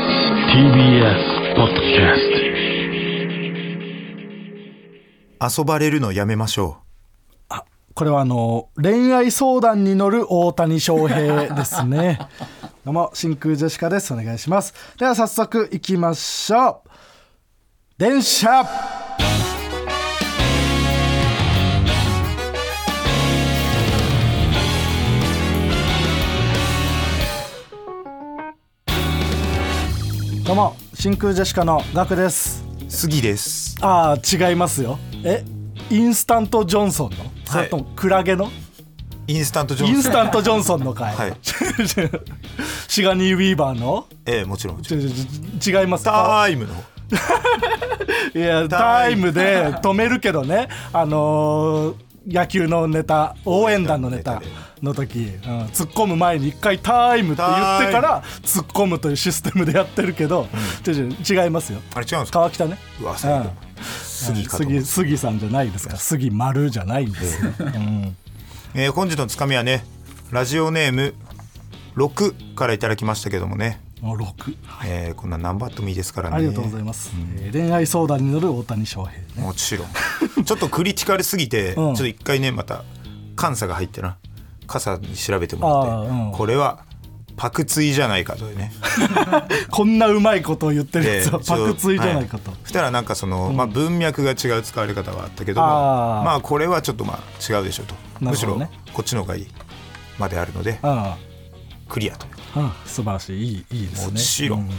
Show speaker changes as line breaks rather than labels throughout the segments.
TBS ポッドキャス
遊ばれるのやめましょ
これはあの恋愛相談に乗る大谷翔平ですねどうも真空ジェシカですお願いしますでは早速いきましょう電車どうも真空ジェシカのガクです
う杉です
ああ違いますよえインスタントジョンソンのそれともクラゲの、
インスタントジョ
イン
ンソ
ス
ン
タントジョンソンの回、
はい
シガニー・ウィーバーの
ええもちろんもち
ち
ろん
ょちょちょ違いますか
タイムの
いやタイムで止めるけどねあのー野球のネタ応援団のネタの時、うん、突っ込む前に一回「タイム」って言ってから突っ込むというシステムでやってるけど、ちょちょ違いますよ
あれ違うんですか
川北ね
うわ最後杉かと思っ
杉
た
杉さんじゃないですか杉丸じゃないんです よ、うん
えー本日のつかみはねラジオネーム6からいただきましたけどもね、
もう6
えーこんな何番あってもいいですからね
ありがとうございます、えー恋愛相談に乗る大谷翔平ね
もちろんちょっとクリティカルすぎ て、ちょっと一回ねまた監査が入ってな傘に調べてもらって、
あーうん
これはパクツイじゃないかというね
こんなうまいことを言ってる やつは
でちょ
パクツイじゃないかと、
はしたらなんかその、まあ、文脈が違う使われ方があったけども
あー
まあこれはちょっとまあ違うでしょうと、
な
む
る
し
ほど
ろ
ね
こっちの方がいいまであるのでクリアと、
うん、うん、素晴らしいいいいいですね
もちろん
う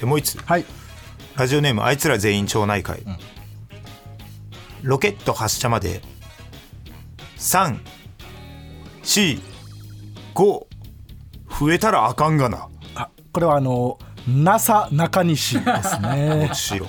でもう一つ
はい
ラジオネームあいつら全員町内会、ロケット発射まで345増えたらあかんがな
あこれはあの NASA 中西ですね
もち ろん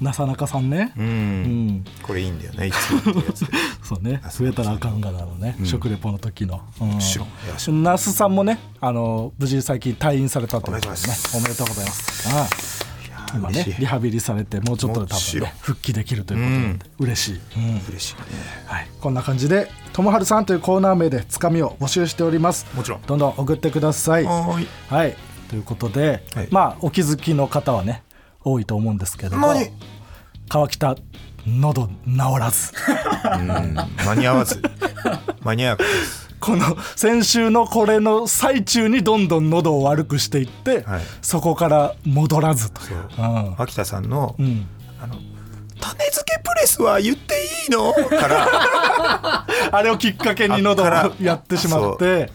NASA 中さんね
うん、
うん
これいいんだよねいつも言ってるやつ
そうね増えたらあかんがなのね、食レポの時の、うん、
ちろんよろし
那須さんもねあの無事最近退院されたということでね
お
お
めで
め
と
でと
う
う
ご
ご
ざい
ざい
ま
ますああ今
嬉
ね
しい
リハビリされてもうちょっとで
もち
多
ろん
分ね復帰できるということなんで、嬉しい、うん
嬉しいね
はい、こんな感じで「ともはるさん」というコーナー名でつかみを募集しております
もちろん
どんどん送ってください
はーい
はいということで、
はい
まあお気づきの方はね多いと思うんですけども
何
川北喉治らず
間に合わず間に合わなかったです
この先週のこれの最中にどんどん喉を悪くしていって、
はい
そこから戻らずという
そう
うん
秋田さんの、
うん
あの種付けプレスは言っていいのから
あれをきっかけに喉を
あから
やってしまって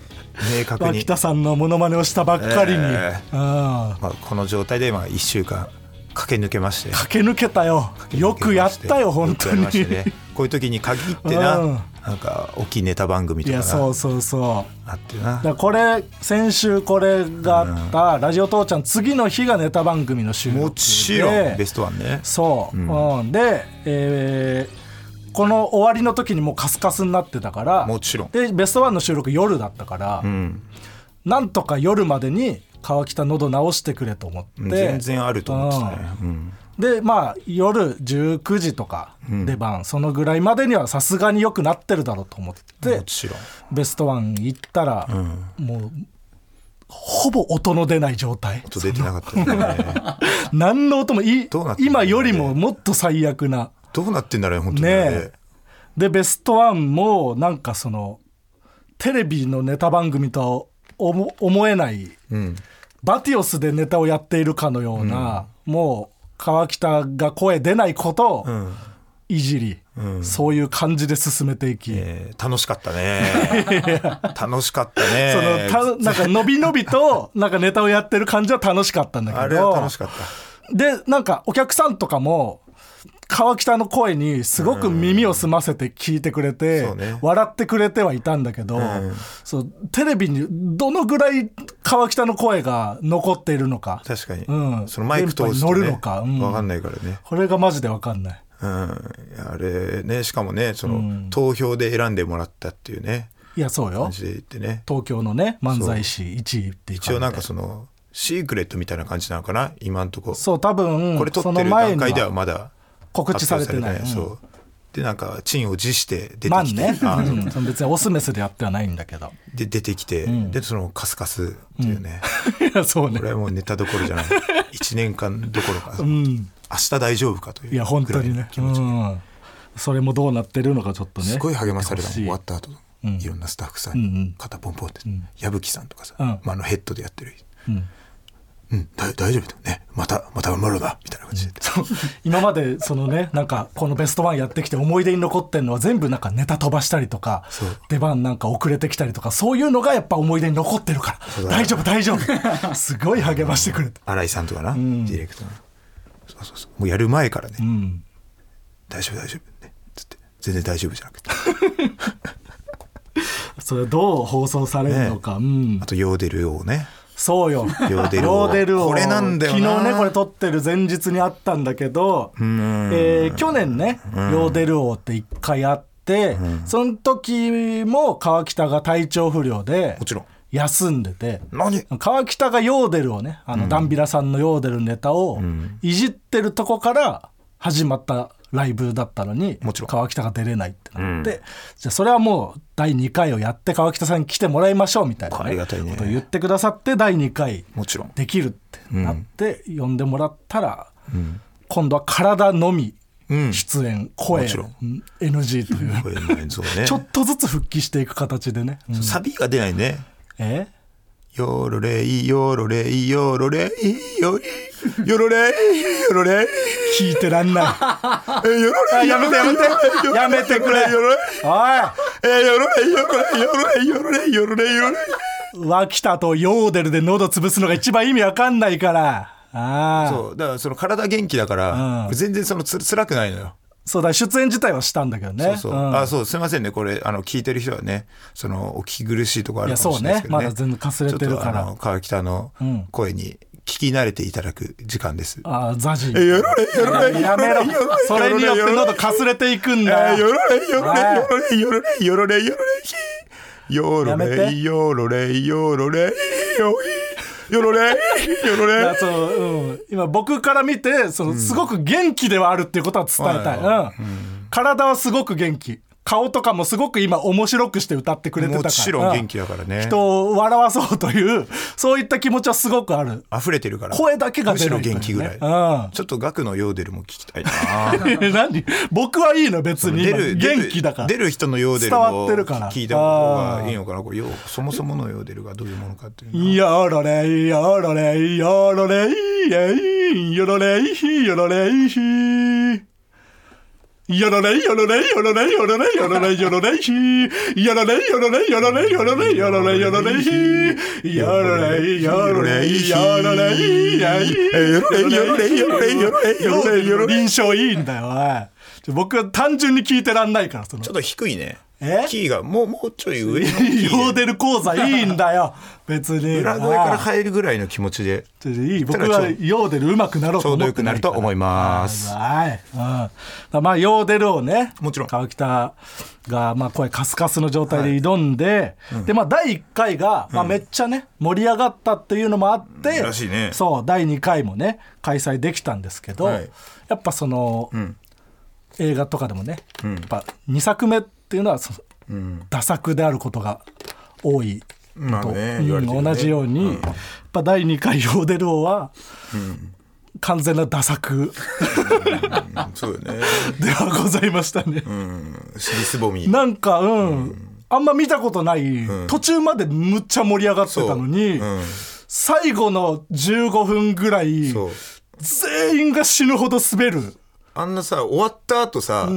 明確に
脇田さんのモノマネをしたばっかりに、
え
うん
まあ、この状態で今1週間駆け抜けまして
駆け抜けたよ よくやったよ本当に、
よくやりましたねこういう時に限ってな、
うん
なんか大きいネタ番組
い
とか
やそ
が
うそうそう
あってな
だからこれ先週これがあった「ラジオ父ちゃん」次の日がネタ番組の収録で
もちろんベストワンね
そう、うんで、えーこの終わりの時にもうカスカスになってたから
もちろん
でベストワンの収録夜だったから、
うん
なんとか夜までに川北喉直してくれと思って
全然あると思ってたね、うん
でまあ夜19時とか出番、そのぐらいまでにはさすがに良くなってるだろうと思って、
もちろん
ベストワン行ったら、もうほぼ音の出ない状態
音出てなかったですね
何の音もい
どうなってんの
今よりももっと最悪な
どうなってんだろうね本当に
ね
ね
えでベストワンもなんかそのテレビのネタ番組とは思思えない、バティオスでネタをやっているかのような、もう川北が声出ないことをいじり、そういう感じで進めていき、
えー楽しかった ね楽しかったね
そのたなんか伸び伸びとなんかネタをやってる感じは楽しかったんだけど
あれは楽しかった
でなんかお客さんとかも川北の声にすごく耳を澄ませて聞いてくれて、
うんそうね
笑ってくれてはいたんだけど、そうテレビにどのぐらい川北の声が残っているのか
確かに、
うん
そのマイク通すと、ね、
電波に乗るのかうん
分かんないからね、
これがマジで分かんない
うん、いやあれねしかもねその、投票で選んでもらったっていうね
いやそうよ
感じで言ってね
東京のね漫才師1位っていう
一応
感
なんかそのシークレットみたいな感じなのかな今んとこ
じそう多分
これ撮っ
そ
て
の
る
前
段
に
階では
は
まだ
告知されてない
発表されてないそうでなんかチンを辞して出て
まあ
きて、
ね、
あそう
うん、その別にオスメスでやってはないんだけど
で出てきて、でそのカスカスって いうね、
いやそうね
これはもうネタどころじゃ ない1年間どころか、
う
明
ん
日大丈夫かという
いや本当に
ぐらい
ね
の気持ち、
うん、それもどうなってるのかちょっとね
すごい励まされたもん
欲しい
終わった後、
うん
いろんなスタッフさ
うんうん
んに肩ポンポンって
ん
矢吹さんとかさ、
うん
まあ、あのヘッドでやってる
うん
「うんだ大丈夫だよねまたまた頑張ろうな」みたいな感じで、
今までそのねなんかこのベストワンやってきて思い出に残ってんのは全部なんかネタ飛ばしたりとか
そう
出番なんか遅れてきたりとかそういうのがやっぱ思い出に残ってるか
そうだ
ら
ね
大丈夫大丈 夫すごい励ましてくれた
新井さんとかな、
ん
ディレクターのそうそうそうもうやる前からね、
うん
大丈夫大丈夫ねつって全然大丈夫じゃなくて
それどう放送されるのか、うん
あとヨーデルをね
そうよ
ヨーデル王
ヨーデル王
これなんだよな
昨日ねこれ撮ってる前日にあったんだけど、
ん
えー去年ね、ヨーデル王って一回あって、その時も川北が体調不良で
もちろん
休んでて
何
川北がヨーデルをねあのダンビラさんのヨーデルネタをいじってるとこから始まったライブだったのに
もちろん
川北が出れないってなって、じゃあそれはもう第2回をやって川北さんに来てもらいましょうみたいな、
ありがたいね
ことを言ってくださって第2回
もちろん
できるってなって呼んでもらったら、今度は体のみ
うん
出演、声
もちろん
うん NG と いう
これねそうね
ちょっとずつ復帰していく形でね。うん
サビが出ないね
え
ヨロレイヨロレイヨロレイヨロレイヨロレイヨロレイ
聞いてらんない。
えヨロレイ
やめてやめて やめてくれ
ヨロレイ
お
えヨロレイヨロレイヨロレイヨロレイヨロレイヨロレイ
い脇田とヨーデルで喉潰すのが一番意味わかんないから。ああ。そう
そうだからその体元気だから
うん
全然そのつ辛くないのよ
だ、出演自体はしたんだけどね。
そうそう、
ん
あそうすいませんねこれあの聞いてる人はねそのお聞き苦しいとこあるかもしれないですけど、ね、
いやそうねまだ全然かすれてる
ち
から
ょっとあの川北の声に聞き慣れていただく時間です、
ああ、ザジ。
えよろれよろれ
やめろ。それによって喉かすれていくんだ
よ
よ。
ろれよろれよろれよろれよろれよろれよろれよろれよろれよろれよろれよろ
だから
れ
そううん、今僕から見てそのすごく元気ではあるっていうことは伝えたい、
う
うんん体はすごく元気顔とかもすごく今面白くして歌ってくれてたから
もちろん元気だから
うん
ね
人を笑わそうというそういった気持ちはすごくある
溢れてるから
声だけが出る
むしろ元気ぐらい、
う、
ちょっと額のヨーデルも聞きたいなん
何僕はいいの別に
出
今
る
元気だから
出る出る人のヨーデル
伝わ
も
ってるから
聞いた方がいいのかなこれようそもそものヨーデルがどういうものかっていうのは
よろれいよろれいよろれいえいよろれいひよろれいひよろれいよろれいよろれいよろれいよろれいよろれいひよろれいよろれいよろれいよろれいよろれいよろれいひよろれいよろれいよろれいえい
よろれいよろれいよろれいよろれいよろれいよろれい
臨床いいんだよおいちょ僕は単純に聞いてらんないからその
ちょっと低いね
え
キーがもうもうちょい上のキーで
ヨーデル講座いいんだよ別に
裏声から入るぐらいの気持ちで
ちょっといい
た
僕
だ
は
ちょ
ヨーデルうまくなろう
ちょ
と
うど
思
よ
って
くな
な
る
いか
と
ら
思います
はい、うん、だからまあヨーデルをね
もちろん
川北がまあ声カスカスの状態で挑んで、でまあ第1回がまあめっちゃね盛り上がったっていうのもあって、
うんらしいね
そう第2回もね開催できたんですけど、
はい
やっぱその、映画とかでもね、やっぱ2作目っていうのはその、打作であることが多い
まあ
と、
ね
うん
言われてるね
同じように、やっぱ第2回ヨーデル王は、完全な打作
うんそうよね
ではございましたね、
うん尻すぼみ
なんかうん、あんま見たことない、途中までむっちゃ盛り上がってたのに、
そううん
最後の15分ぐらい
そう
全員が死ぬほど滑る
あんなさ終わった後さ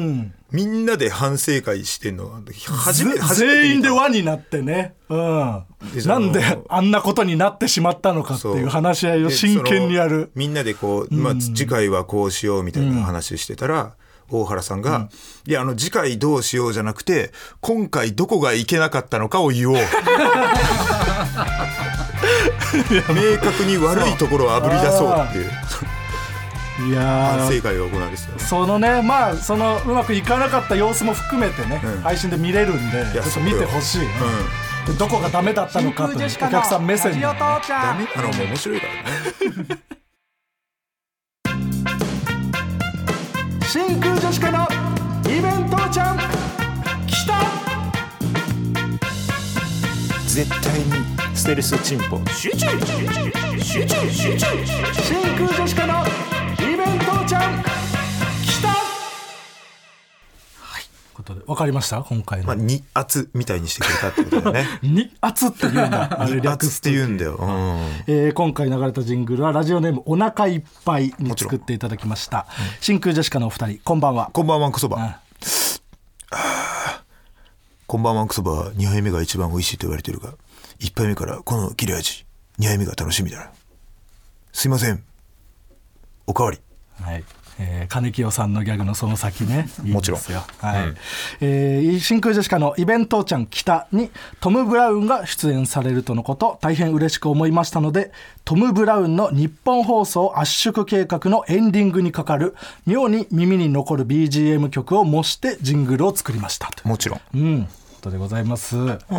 みんなで反省会してんの初め
ぜ
て初めて見た
全員で輪になってね、うん、
でそ
な
の
んであんなことになってしまったのかって
そう
いう話し合いを
で
真剣にや
そ
る
のみんなでこう、まあ、次回はこうしようみたいな話してたら、大原さんが、いやあの次回どうしようじゃなくて今回どこがいけなかったのかを言おう明確に悪いところをあぶり出そうっていう
いやー
反省会が行われてたよ
そのねまあそのうまくいかなかった様子も含めてね、
うん
配信で見れるんでちょっと見てほしい、ねでどこがダメだったのかというお客さん目線で、ね、
ダメなのも面白いからね
真空女子科のイベン父ちゃん来た
絶対にステルスチンポ
集中集中集中
真空ジェシカのリベン父ちゃん来たはいことで分かりました今回の、
まあ二圧みたいにしてくれたってことだよね
二圧っていう んだ あれ
二
略
圧っ
す
て言うんだよ、うん
えー今回流れたジングルはラジオネームお腹いっぱいに
もちろん
作っていただきました真空ジェシカのお二人こんばんは
こんばんはんこそば、
ん
あーこんばんはんこそば2杯目が一番美味しいと言われてるが1杯目からこの切れ味2杯目が楽しみだなすいませんおかわり
はい。えー金清さんのギャグのその先ね。
もちろん
いいですよはい。えー真空ジェシカのイベントちゃん北にトム・ブラウンが出演されるとのこと、大変嬉しく思いましたので、トム・ブラウンの日本放送圧縮計画のエンディングにかかる、妙に耳に残る BGM 曲を模してジングルを作りました。と
もちろん
うん。ということでございます。はい。え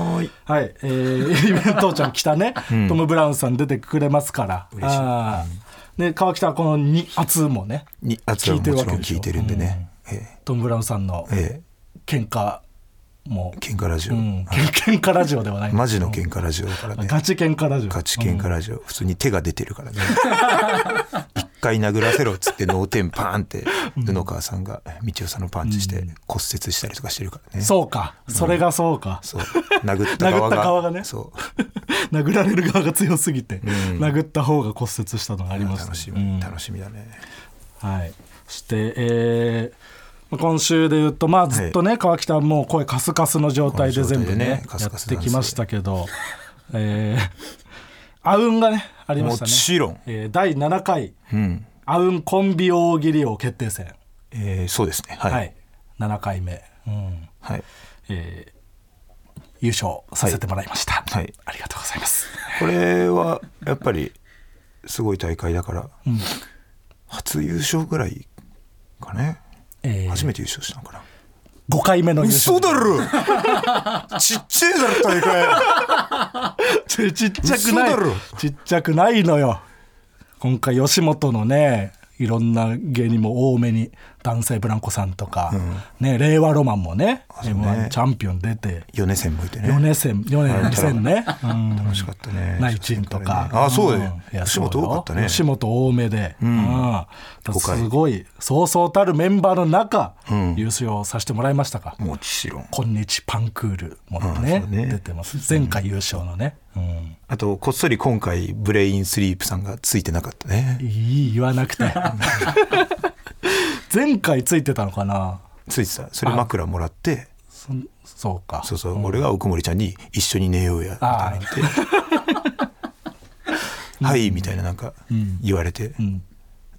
ー、イベントちゃん来たね、トム・ブラウンさん出てくれますから。嬉しい。で、川北はこの2圧もね、
に圧はも
聞い
ち
てる
ろ
わ
ん
けでしょ
聞いてるんでね、え
トム・ブラウンさんの
ええ
喧嘩も
え、喧嘩ラジオ、
うん、喧嘩ラジオではない。
マジの喧嘩ラジオだからね
ガチ喧嘩ラジオ。
ガチ喧嘩ラジオ、普通に手が出てるからね 一回殴らせろっつって脳天パーンって布川さんが道夫さんのパンチして骨折したりとかしてるからね、
そうか、それがそうか。
そう殴った側が
殴った側がね
そう
殴られる側が強すぎて、殴った方が骨折したのがありましたね
楽しみ楽しみだね
はい、そして、えー今週で言うと、まあ、ずっとね、川北はもう声カスカスの状態で全部ね
この状態
や
でね
ってきましたけど、えー、あうんがねありま
も
したね、
ちろん、
えー第7回
うん
あうんコンビ大喜利王決定戦、
えーそうですねは
はいい7回目、うん
はい
えー優勝させてもらいました、
はい
ありがとうございます。
これはやっぱりすごい大会だから、初優勝ぐらいかね
え
初めて優勝したのかな、
5回目の優勝
嘘だろ ちっちゃいだろ大 会
ちちっちゃくない
嘘だろ
ちっちゃくないのよ今回吉本のねいろんな芸人も多めに男性ブランコさんとか、ね、令和ロマンもね
そう
m
ね
1チャンピオン出て
米線向いて
4
ね
年生4年2000ね、うん
楽しかったね
ナイチンとか。
あそうだよ
んいや
吉本
そうよ
多かったね
吉本多めで。うん。だから
回
すごい、そうそうたるメンバーの中、優勝させてもらいましたか。
もちろん
今日パンクールも
あ
ね
そうね
出てます。前回優勝のね。うん。
あとこっそり今回ブレインスリープさんがついてなかったね
いい言わ なくて前回ついてたのかな
ついてたそれ枕もらって
そそうか
そうそう、俺が奥森ちゃんに「一緒に寝ようや」みたいな 言って「はい」みたいななんか言われて、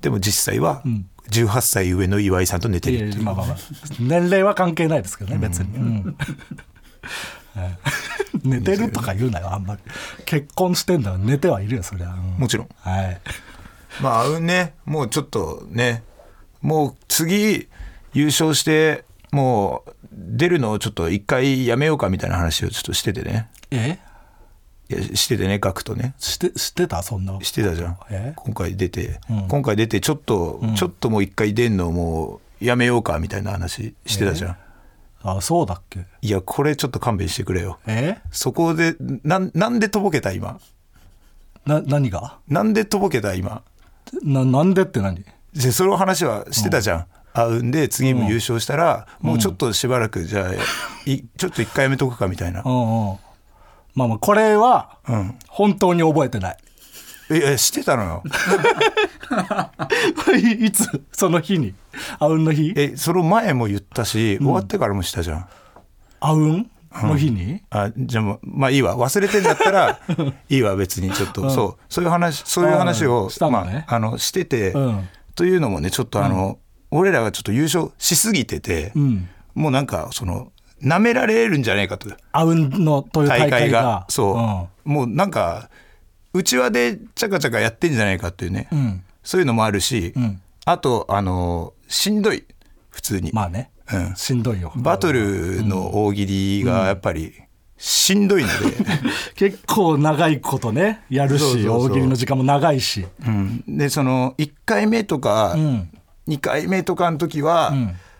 でも実際は18歳上の岩井さんと寝て
い
る
や
っ
い
て
や
いう
まあまあまあ年齢は関係ないですけどね別 に、うんはい 寝てるとか言うなよあんまり結婚してんだから寝てはいるよそりゃ、うん
もちろん
はい
まああうんねもうちょっとねもう次優勝してもう出るのをちょっと一回やめようかみたいな話をちょっとしててね
え
いやしててねガクとね
して知ってたそんな
してたじゃん
え
今回出て、今回出てちょっと、ちょっともう一回出んのもうやめようかみたいな話してたじゃん、
あそうだっけ
いやこれちょっと勘弁してくれよ
え
そこでなんなんでとぼけた今
な何が
なんでとぼけた今
ななんでって何
でその話はしてたじゃん、あうんで次も優勝したら、もうちょっとしばらくじゃあいちょっと一回やめとくかみたいな
う、んうんまあまあこれは
うん、
本当に覚え てない
いやしてたの よ
いいつその日にあうんの日
えその前も言ったし終わってからもしたじゃん、
あうんの日に、
あじゃあもうまあいいわ忘れてんだった らいいわ別にちょっと、そうそういう話そういう話
う
を
んしたのね
まあ、あのしてて、
うん
というのもねちょっとあの、俺らがちょっと優勝しすぎてて、
ん
もうなんかそのなめられるんじゃないかと
あうんのという
大
大
会
会
が
が。
そう、
ん
もうなんかうちわでちゃかちゃかやってんじゃないかっていうね、
ん
そういうのもあるし、あとあのしんどい普通に、
まあね、
うん
しんどいよ。
バトルの大喜利がやっぱりしんどいので。
結構長いことね、やるし、
そうそうそう
大喜利の時間も長いし。
でその1回目とか
ん
2回目とかの時は、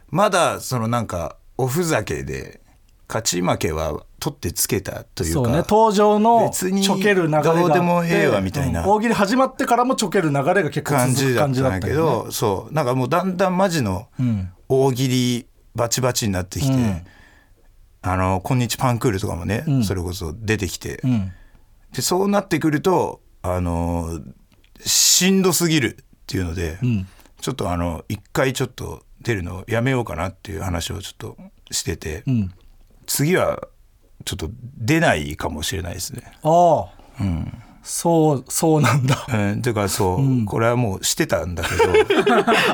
まだそのなんかおふざけで勝ち負けは取ってつけたというか
そうね登場の
別に
ちょける流れがあって
どうでもええわみたいな
うん大喜利始まってからもちょける流れが結構
感
続
じ
く
だっ
感
た
じ
ん
だった
だけ
よね
ど、そうなんかもうだんだんマジの大喜利バチバチになってきて「
うん
あのこんにちパンクール」とかもね、
ん
それこそ出てきて、
うん
でそうなってくるとあのしんどすぎるっていうので、
ん
ちょっとあの一回ちょっと出るのやめようかなっていう話をちょっとしてて、
うん
次はちょっと出ないかもしれないですね。
ああ、そうそうなんだ
うん、てかそう、これはもうしてたんだけ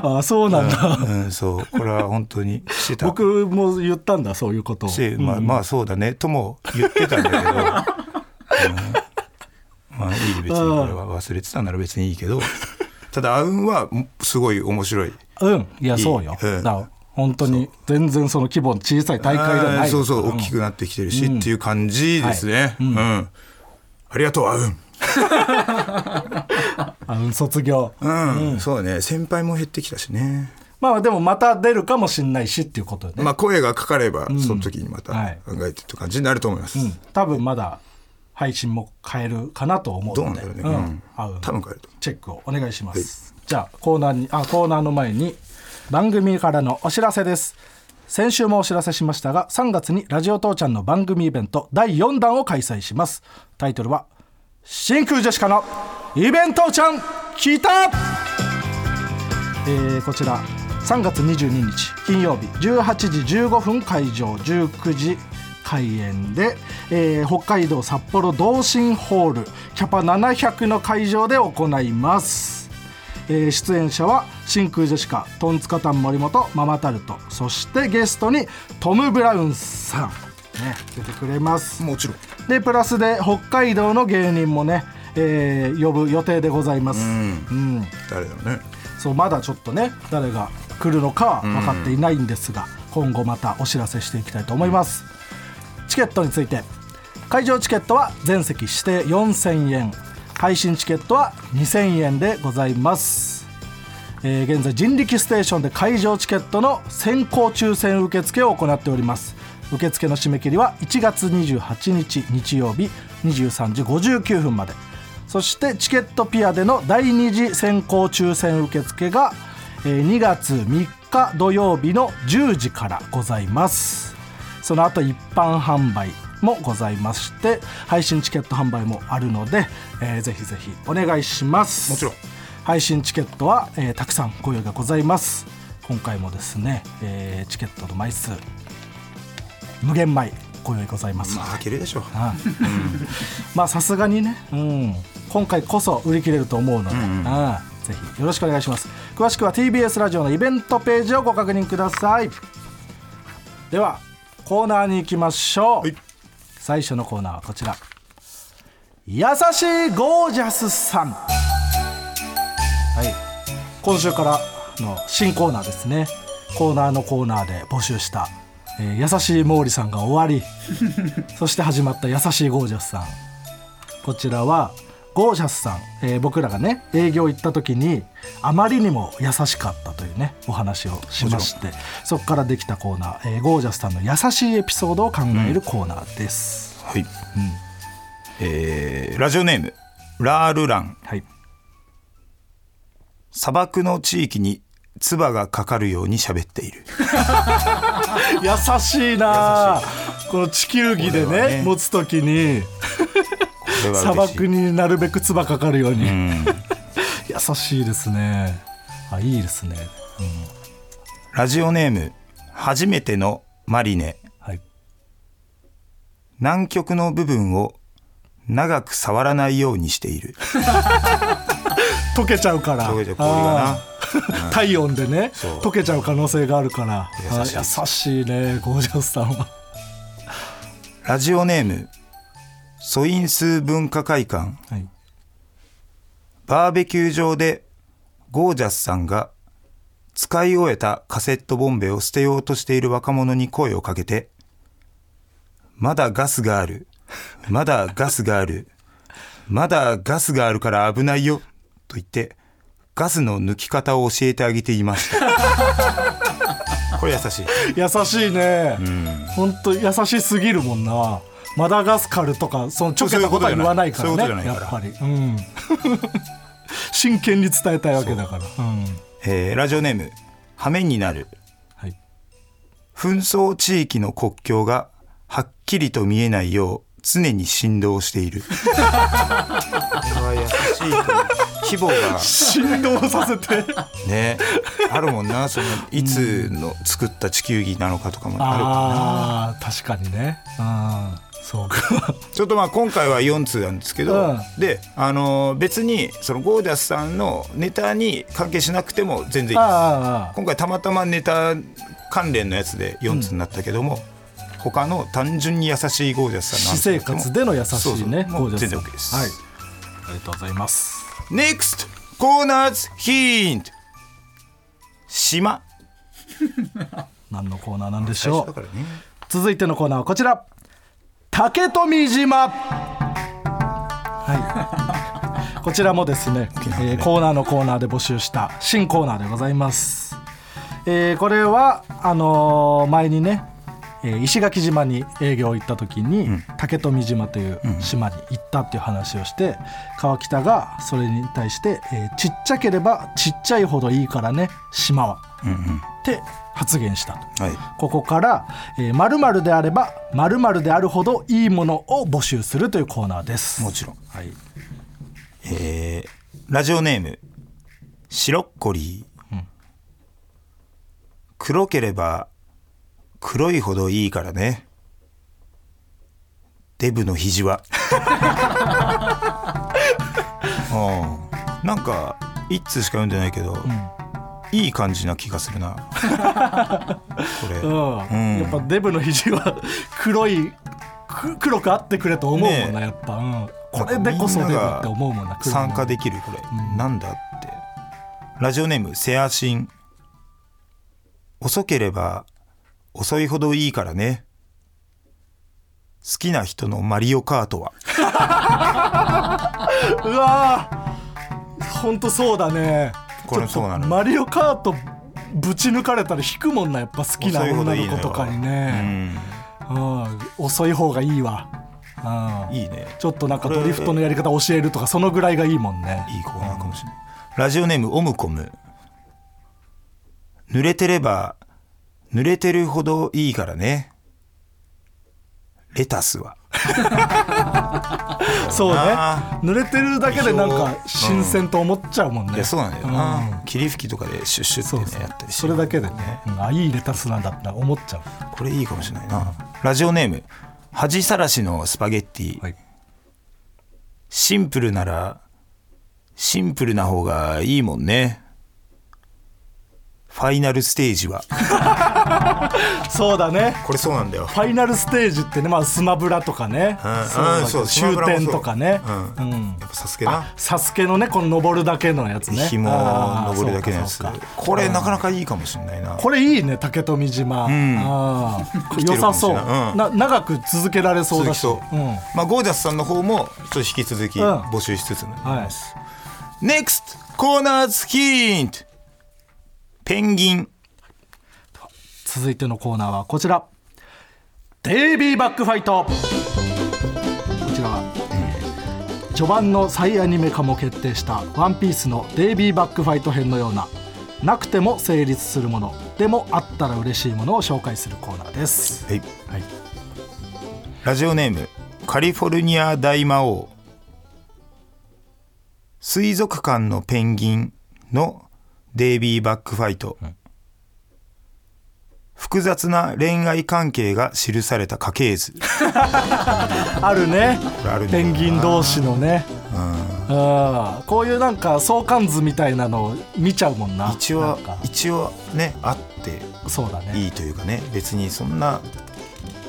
ああそうなんだ、
ど、 うん、そうこれは本当にしてた
僕も言ったんだそういうことを
し、まあ、まあそうだねとも言ってたんだ けど、うんまあいい別にこれは忘れてたなら別にいいけどただあうんはすごい面白い
うんいやそうよ、
うん
だから本当に全然その規模の小さい大会じゃ
あ
な
ー
い
そうそう、
ん
大きくなってきてるし、っていう感じですね、うんありがとうあうん
あうん卒業
うん、そうね先輩も減ってきたしね
まあでもまた出るかもしんないしっていうことでね、
まあ声がかかればその時にまた
はい
考えてって感じになると思います、
うん多分まだ配信も変えるかなと思う
どうな
の
ん
で
だろうね、
う
うんん
あうん
多分変えると
チェックをお願いします、じゃあコーナーにあコーナーの前に番組からのお知らせです先週もお知らせしましたが3月に「ラジオ父ちゃん」の番組イベント第4弾を開催しますタイトルは「真空ジェシカのイベントちゃん来た!」えーこちら3月22日金曜日18時15分会場19時開演で、えー北海道札幌同心ホールキャパ700の会場で行います、えー出演者は真空ジェシカトンツカタン森本ママタルトそしてゲストにトム・ブラウンさん、ね、出てくれます
もちろん
でプラスで北海道の芸人もね、えー呼ぶ予定でございますうん
誰だろうね
そうまだちょっとね誰が来るのかは分かっていないんですが、今後またお知らせしていきたいと思います、チケットについて会場チケットは全席指定4000円配信チケットは2000円でございます、えー現在人力ステーションで会場チケットの先行抽選受付を行っております受付の締め切りは1月28日日曜日23時59分までそしてチケットピアでの第2次先行抽選受付がえー2月3日土曜日の10時からございますその後一般販売もございまして配信チケット販売もあるので、えーぜひぜひお願いします
もちろん
配信チケットは、えーたくさんご用意がございます今回もですね、えーチケットの枚数無限枚ご用意ございます
まあ呆れでしょう
まあさすがにね、うん、今回こそ売り切れると思うので、うんぜひよろしくお願いします詳しくは TBS ラジオのイベントページをご確認くださいではコーナーに行きましょう、
はい
最初のコーナーはこちら優しいゴージャスさんはい今週からの新コーナーですねコーナーのコーナーで募集した、えー優しい毛利さんが終わ りそして始まった「優しいゴージャスさん」こちらはゴージャスさん、えー僕らがね営業行った時にあまりにも優しかったというねお話をしましてそこからできたコーナー、えーゴージャスさんの優しいエピソードを考えるコーナーです、
はい、えーラジオネームラールラン
はい
砂漠の地域に唾がかかるように喋っている
優しいなあこの地球儀で
これは
ね
ね
持つ時に
これは嬉しい
砂漠になるべく唾かかるように、
うん
優しいですねあいいですね
ラジオネーム初めてのマリネ
はい
南極の部分を長く触らないようにしている
溶けちゃうから
溶けちゃう氷が
ああ体温でね
そう
溶けちゃう可能性があるから
優しい
あ優しいねゴージャスさんは
なラジオネームソインス文化会館
はい
バーベキュー場でゴージャスさんが使い終えたカセットボンベを捨てようとしている若者に声をかけて「まだガスがあるまだガスがあるまだガスがあるから危ないよ」と言ってガスの抜き方を教えてあげていました。
これ優しい
優しいね、本当優しすぎるもんなマダガスカルとかそのちょけたことは言わないからね
そういうことじゃ
や
ない
っぱり、うん、 真剣に伝えたいわけだからう、ん
えーラジオネーム、ハメになる。
はい、
紛争地域の国境がはっきりと見えないよう常に振動してい る。
これは優しいという規模が
振動させて
ね、あるもんな、そのいつの作った地球儀なのかとかもあるから
ああ確かにねあーそうか
ちょっとまあ今回は4通なんですけど、
うん
で、あのー別にそのゴーダスさんのネタに関係しなくても全然いいです
あーあー
今回たまたまネタ関連のやつで4通になったけども、他の単純に優しいゴーダスさんの
私生活での優しいね
そうそうも
ゴージ
う全
ャスさ
然
ん
OK です、
はい、ありがとうございます
NEXT コーナーズヒント島
何のコーナーなんでし
最
ょ
初
う
だからね
続いてのコーナーはこちら竹富島はいこ ちらもですねえーコーナーのコーナーで募集した新コーナーでございます、えーこれはあのー前にね、えー石垣島に営業行った時に、竹富島という島に行ったっていう話をして、川北がそれに対して、えーちっちゃければちっちゃいほどいいからね島は」って発言したと。
はい
ここから、えー、〇〇であれば〇〇であるほどいいものを募集するというコーナーです。
もちろん
はい。
えーラジオネームシロッコリー、黒ければ黒いほどいいからねデブの肘はうんなんか一通しか読んでないけど、いい感じな気がするなこれ、
うん。やっぱデブの肘は黒いく黒くあってくれと思うもんな、
ねえ
やっぱ、うん。これでこそデブって思うもんな。黒いもん
参加できるこれ、なんだってラジオネームセアシン遅ければ遅いほどいいからね好きな人のマリオカートは
うわー。本当そうだね。
これそうなの
ちょっとマリオカートぶち抜かれたら引くもんなやっぱ好きな
遅いほど
女
いい
の
のよ
子とかに
う
ね。
ん
うん。遅い方がいいわ。うん。
いいね
ちょっとなんか
これ
ドリフトのやり方教えるとかそのぐらいがいいもんね。
いい子なのかもしれないラジオネームオムコム濡れてれば濡れてるほどいいからねレタスは
そうね
な。
濡れてるだけでなんか新鮮と思っちゃうもんね。
いやそうなんだよな、霧吹きとかでシュッシュって
そう
ね
そう
やったりして
それだけでね、うんあいいレタスなんだって思っちゃ
これいいかもしれないなラジオネーム恥さらしのスパゲッティ、
う。はい。
シンプルならシンプルな方がいいもんねファイナルステージは
そうだね。
これそうなんだよ
ファイナルステージってね、まあスマブラとかね、
うん
だ
うんそうスマ
終
ブラもそう
点とかね、
う
うんん、
やっぱサスケな
サスケのね、この登るだけのやつね。
紐を登るだけのや
あー
つ
そうかそうか
これなかなかいいかもしれないな
これいいね竹富島、あー
来て
良
るか
さ
もし
そ
れ
う、
ないうん
な長く続けられそう
続
だ
き
し
そう、
うん、
まあゴージャスさんの方もちょっと引き続き
うん
募集しつつなんで
はい
NEXT コーナーズヒントペンギン
続いてのコーナーはこちらデイビーバックファイトこちらは、えー序盤の再アニメ化も決定した「ワンピースのデイビーバックファイト編のようななくても成立するものでもあったら嬉しいものを紹介するコーナーです
はい
はい
ラジオネームカリフォルニア大魔王水族館のペンギンのデイビーバックファイト、複雑な恋愛関係が記された家系図
あるね
れあるんだ
ペ
よな
ンギン同士のねうんこういうなんか相関図みたいなのを見ちゃうもんな
一応
なんか
一応ねあって
そうだね
いいというかね別にそんな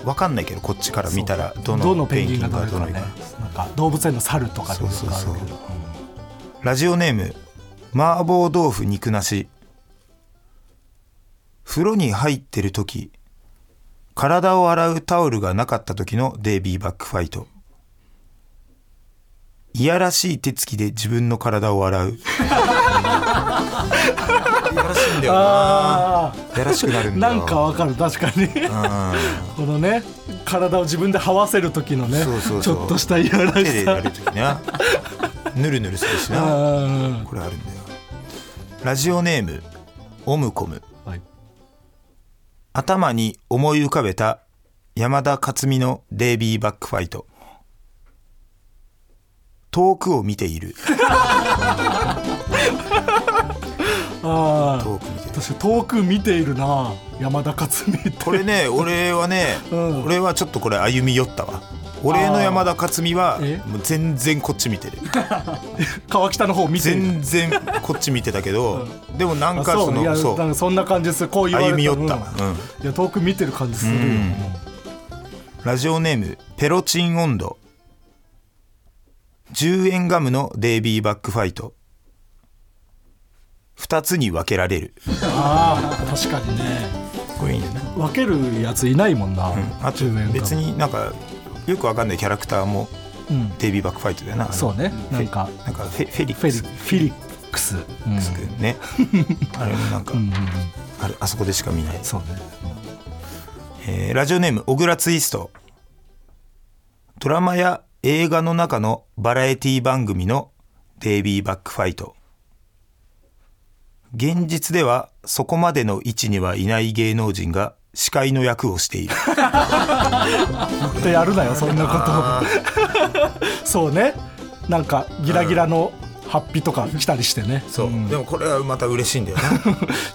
わかんないけどこっちから見たらど
ど
の
の
ペ
ペ
ン
ン
ギ
ギ
ン
ン
が
が
ど
ど
の
れか
か
ねなんか動物園の猿とかでもよくある
そう
け
そうそ
どうん
ラジオネーム麻婆豆腐肉なし風呂に入ってる時体を洗うタオルがなかった時のデイビーバックファイトいやらしい手つきで自分の体を洗ういやらしいんだよないやらしくなるんだ
な
よ
んかわかる確かにこのね体を自分で這わせる時のね
そうそうそう
ちょっとしたいやら
手
し
でや
さ
るときなぬるぬるするしな
あー
これあるんだよラジオネームオムコム
はい
頭に思い浮かべた山田勝美のデイビーバックファイト遠くを見ている
あ
遠く見て
ー
る
私遠く見ているな山田勝美って
これ ね俺はね、
うん
俺はちょっとこれ歩み寄ったわ俺の山田勝美は
え
もう全然こっち見 てる
川北の方見ている
全然こっち見てたけど、でもなん
あ
か
そ
そう
いや
のそ
なん
う
かそんな感じですこう言われ
歩み寄
ら
ったわ、
うん
うん
いや遠く見てる感じするよ、
うんラジオネームペロチン温度10円ガムのデイビーバックファイト2つに分けられる
ああ確かにね
これいいんだよね
分けるやついないもんな、
あと
10円が
別になんかよくわかんないキャラクターも
うん
デイビーバックファイトだよな
そうねなんか
なんかフェフェリッ
フ
ク
ェリ
ス
フィリックス、うん
ねあれもなんか、あれあそこでしか見ない、
そうね
えーラジオネーム小倉ツイストドラマや映画の中のバラエティ番組のデイビーバックファイト現実ではそこまでの位置にはいない芸能人が司会の役をしている
ってやるなよそんな ことそうねなんかギラギラのハッピとか来たりしてね
そう、でもこれはまた嬉しいんだよな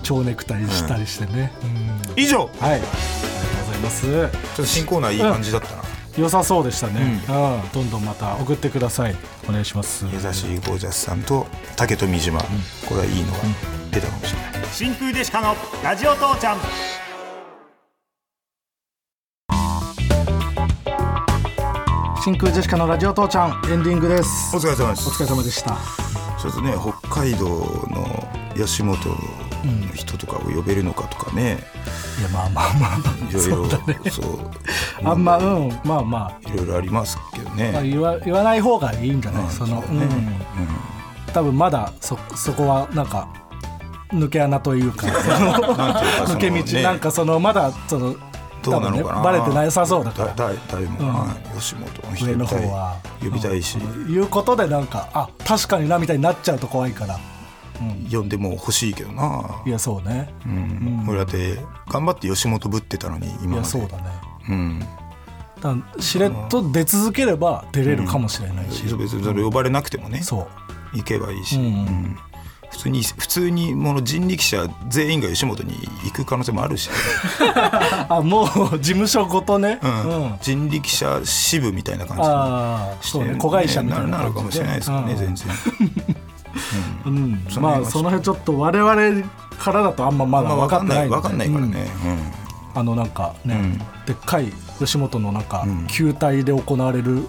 蝶ネクタイしたりしてね、うん
以上
はいありがとうございます
ちょっと新コーナーいい感じだったな、
良さそうでしたね、うんどんどんまた送ってくださいお願いします
優しいゴージャスさんと竹富島、これはいいのが出たかもしれない、
真空デシカのラジオ父ちゃん
真空ジェシカのラジオ父ちゃんエンディングです
お疲れ様です
お疲れ様でした
ちょっとね北海道の吉本の人とかを呼べるのかとかね、
いやまあまあまあま
いろいろそう,、
ああんまうんまあまあ
いろいろありますけどね、
まあ、言わ言わない方がいいんじゃない、そのう、ん多分まだそそこはなんか抜け穴という か
なんていうかそ
抜
の
け道、
ね
なんかそのまだその
どうなのかな、
多分ねバレてなさそうだから
だだ誰も、はい吉本の人
上の
呼び
方
たい
は
呼びたいし、
いうことでなんかあ確かになみたいになっちゃうと怖いから、
呼んでも欲しいけどない
やそうね、
うん、俺だって頑張って吉本ぶってたのに今
い
ま
や
で
そうだね
うん
だからしれっと出続ければ出れるかもしれないし、
別にそれ呼ばれなくてもね、
そう
行けばいいし、うん普通に普通にもの人力車全員が吉本に行く可能性もあるし、
あもう事務所ごとね、
う
うんん
人力車支部みたいな感じに
ああ
して
そうね子会社みたい
ね
な
なるか
感
も
じ
し
で
れないですけどね、
うん
全然
うん
その辺は
まあその辺ちょっと我々からだとあんままだ
まあ分か
分かって
んな
ないい
分かんないから
うん
ね、
あのなんかね、でっかい吉本のなんか球体で行われる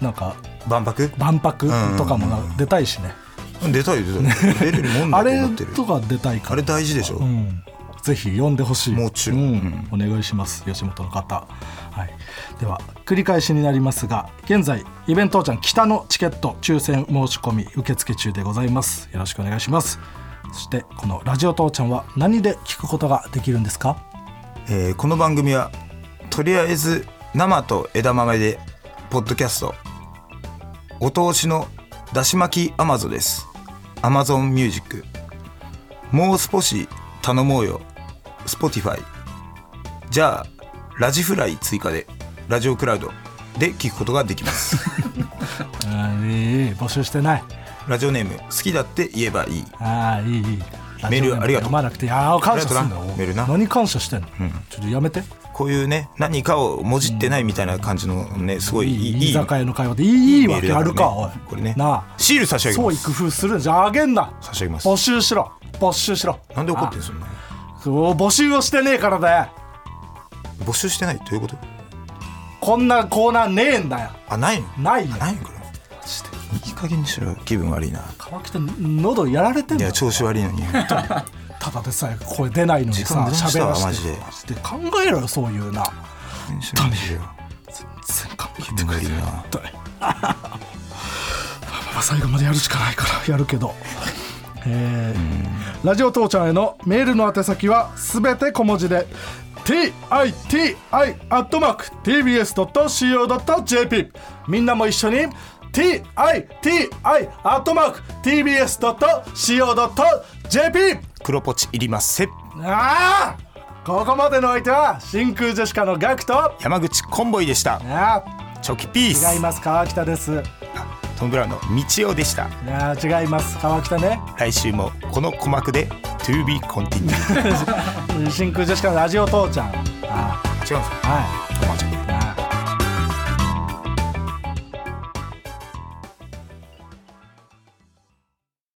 なんか
うん万博
万博とかもな出たいしね、
出たい出た い出れるもん
あ
だと
れ
思ってる
とか出たい
あ
か
れ
ら
大事でしょ、
うん、ぜひ読んでほしい
もちろん
うんお願いします吉本の方、はい、では繰り返しになりますが現在イベントちゃん北のチケット抽選申し込み受付中でございますよろしくお願いしますそしてこの「ラジオ父ちゃん」は何で聞くことができるんですか
えーこの番組はとりあえず生と枝豆でポッドキャストお通しのだし巻きアマゾですアマゾンミュージックもう少し頼もうよスポティファイじゃあラジフライ追加でラジオクラウドで聞くことができます
あーいいいい募集してない
ラジオネーム好きだって言えばいい
ああいいいい
メールありがとう
読まなくていやー感謝すん
ありが
だ
とうな
よ
メールな
何感謝してんの、ちょっとやめて
こういうね何かをもじってないみたいな感じのねすごいいい
いい居酒屋の会話でいいいいわけあるかおい
これね
なあ
シール差し上げ
そ
ま
う
す
いう工夫するんじゃあげんな
差し上げます
募集しろ募集しろ
なんで怒ってんのそんな
あそう募集をしてねえからだよ
募集してないどういうこと
こんなコーナーねえんだよ
あないの
ないよ
あないのこれマジでいい加減にしろよ気分悪いな
川北喉やられてん
い
だ
や
よ
調子悪い のに
ただでさえ声出ないのに
時
さ
間無駄にした
喋
わ
らせて
マ
で考えろよそういうな
本当に
全然考えてく
無
れ
理
ない
な
本当にあ最後までやるしかないからやるけど、えーラジオ父ちゃんへのメールの宛先はすべて小文字で TITI.tbs.co.jp みんなも一緒に TITI.tbs.co.jp
黒ポチいりません
ああここまでの相手は真空ジェシカのガクト
山口コンボイでした
あ
チョキピース
ー違います川北です
トム・ブラウンの道夫でした
あー違います川北ね
来週もこの鼓膜で To be continued
真空ジェシカのラジオ父ちゃんあ
違うんです
ーはい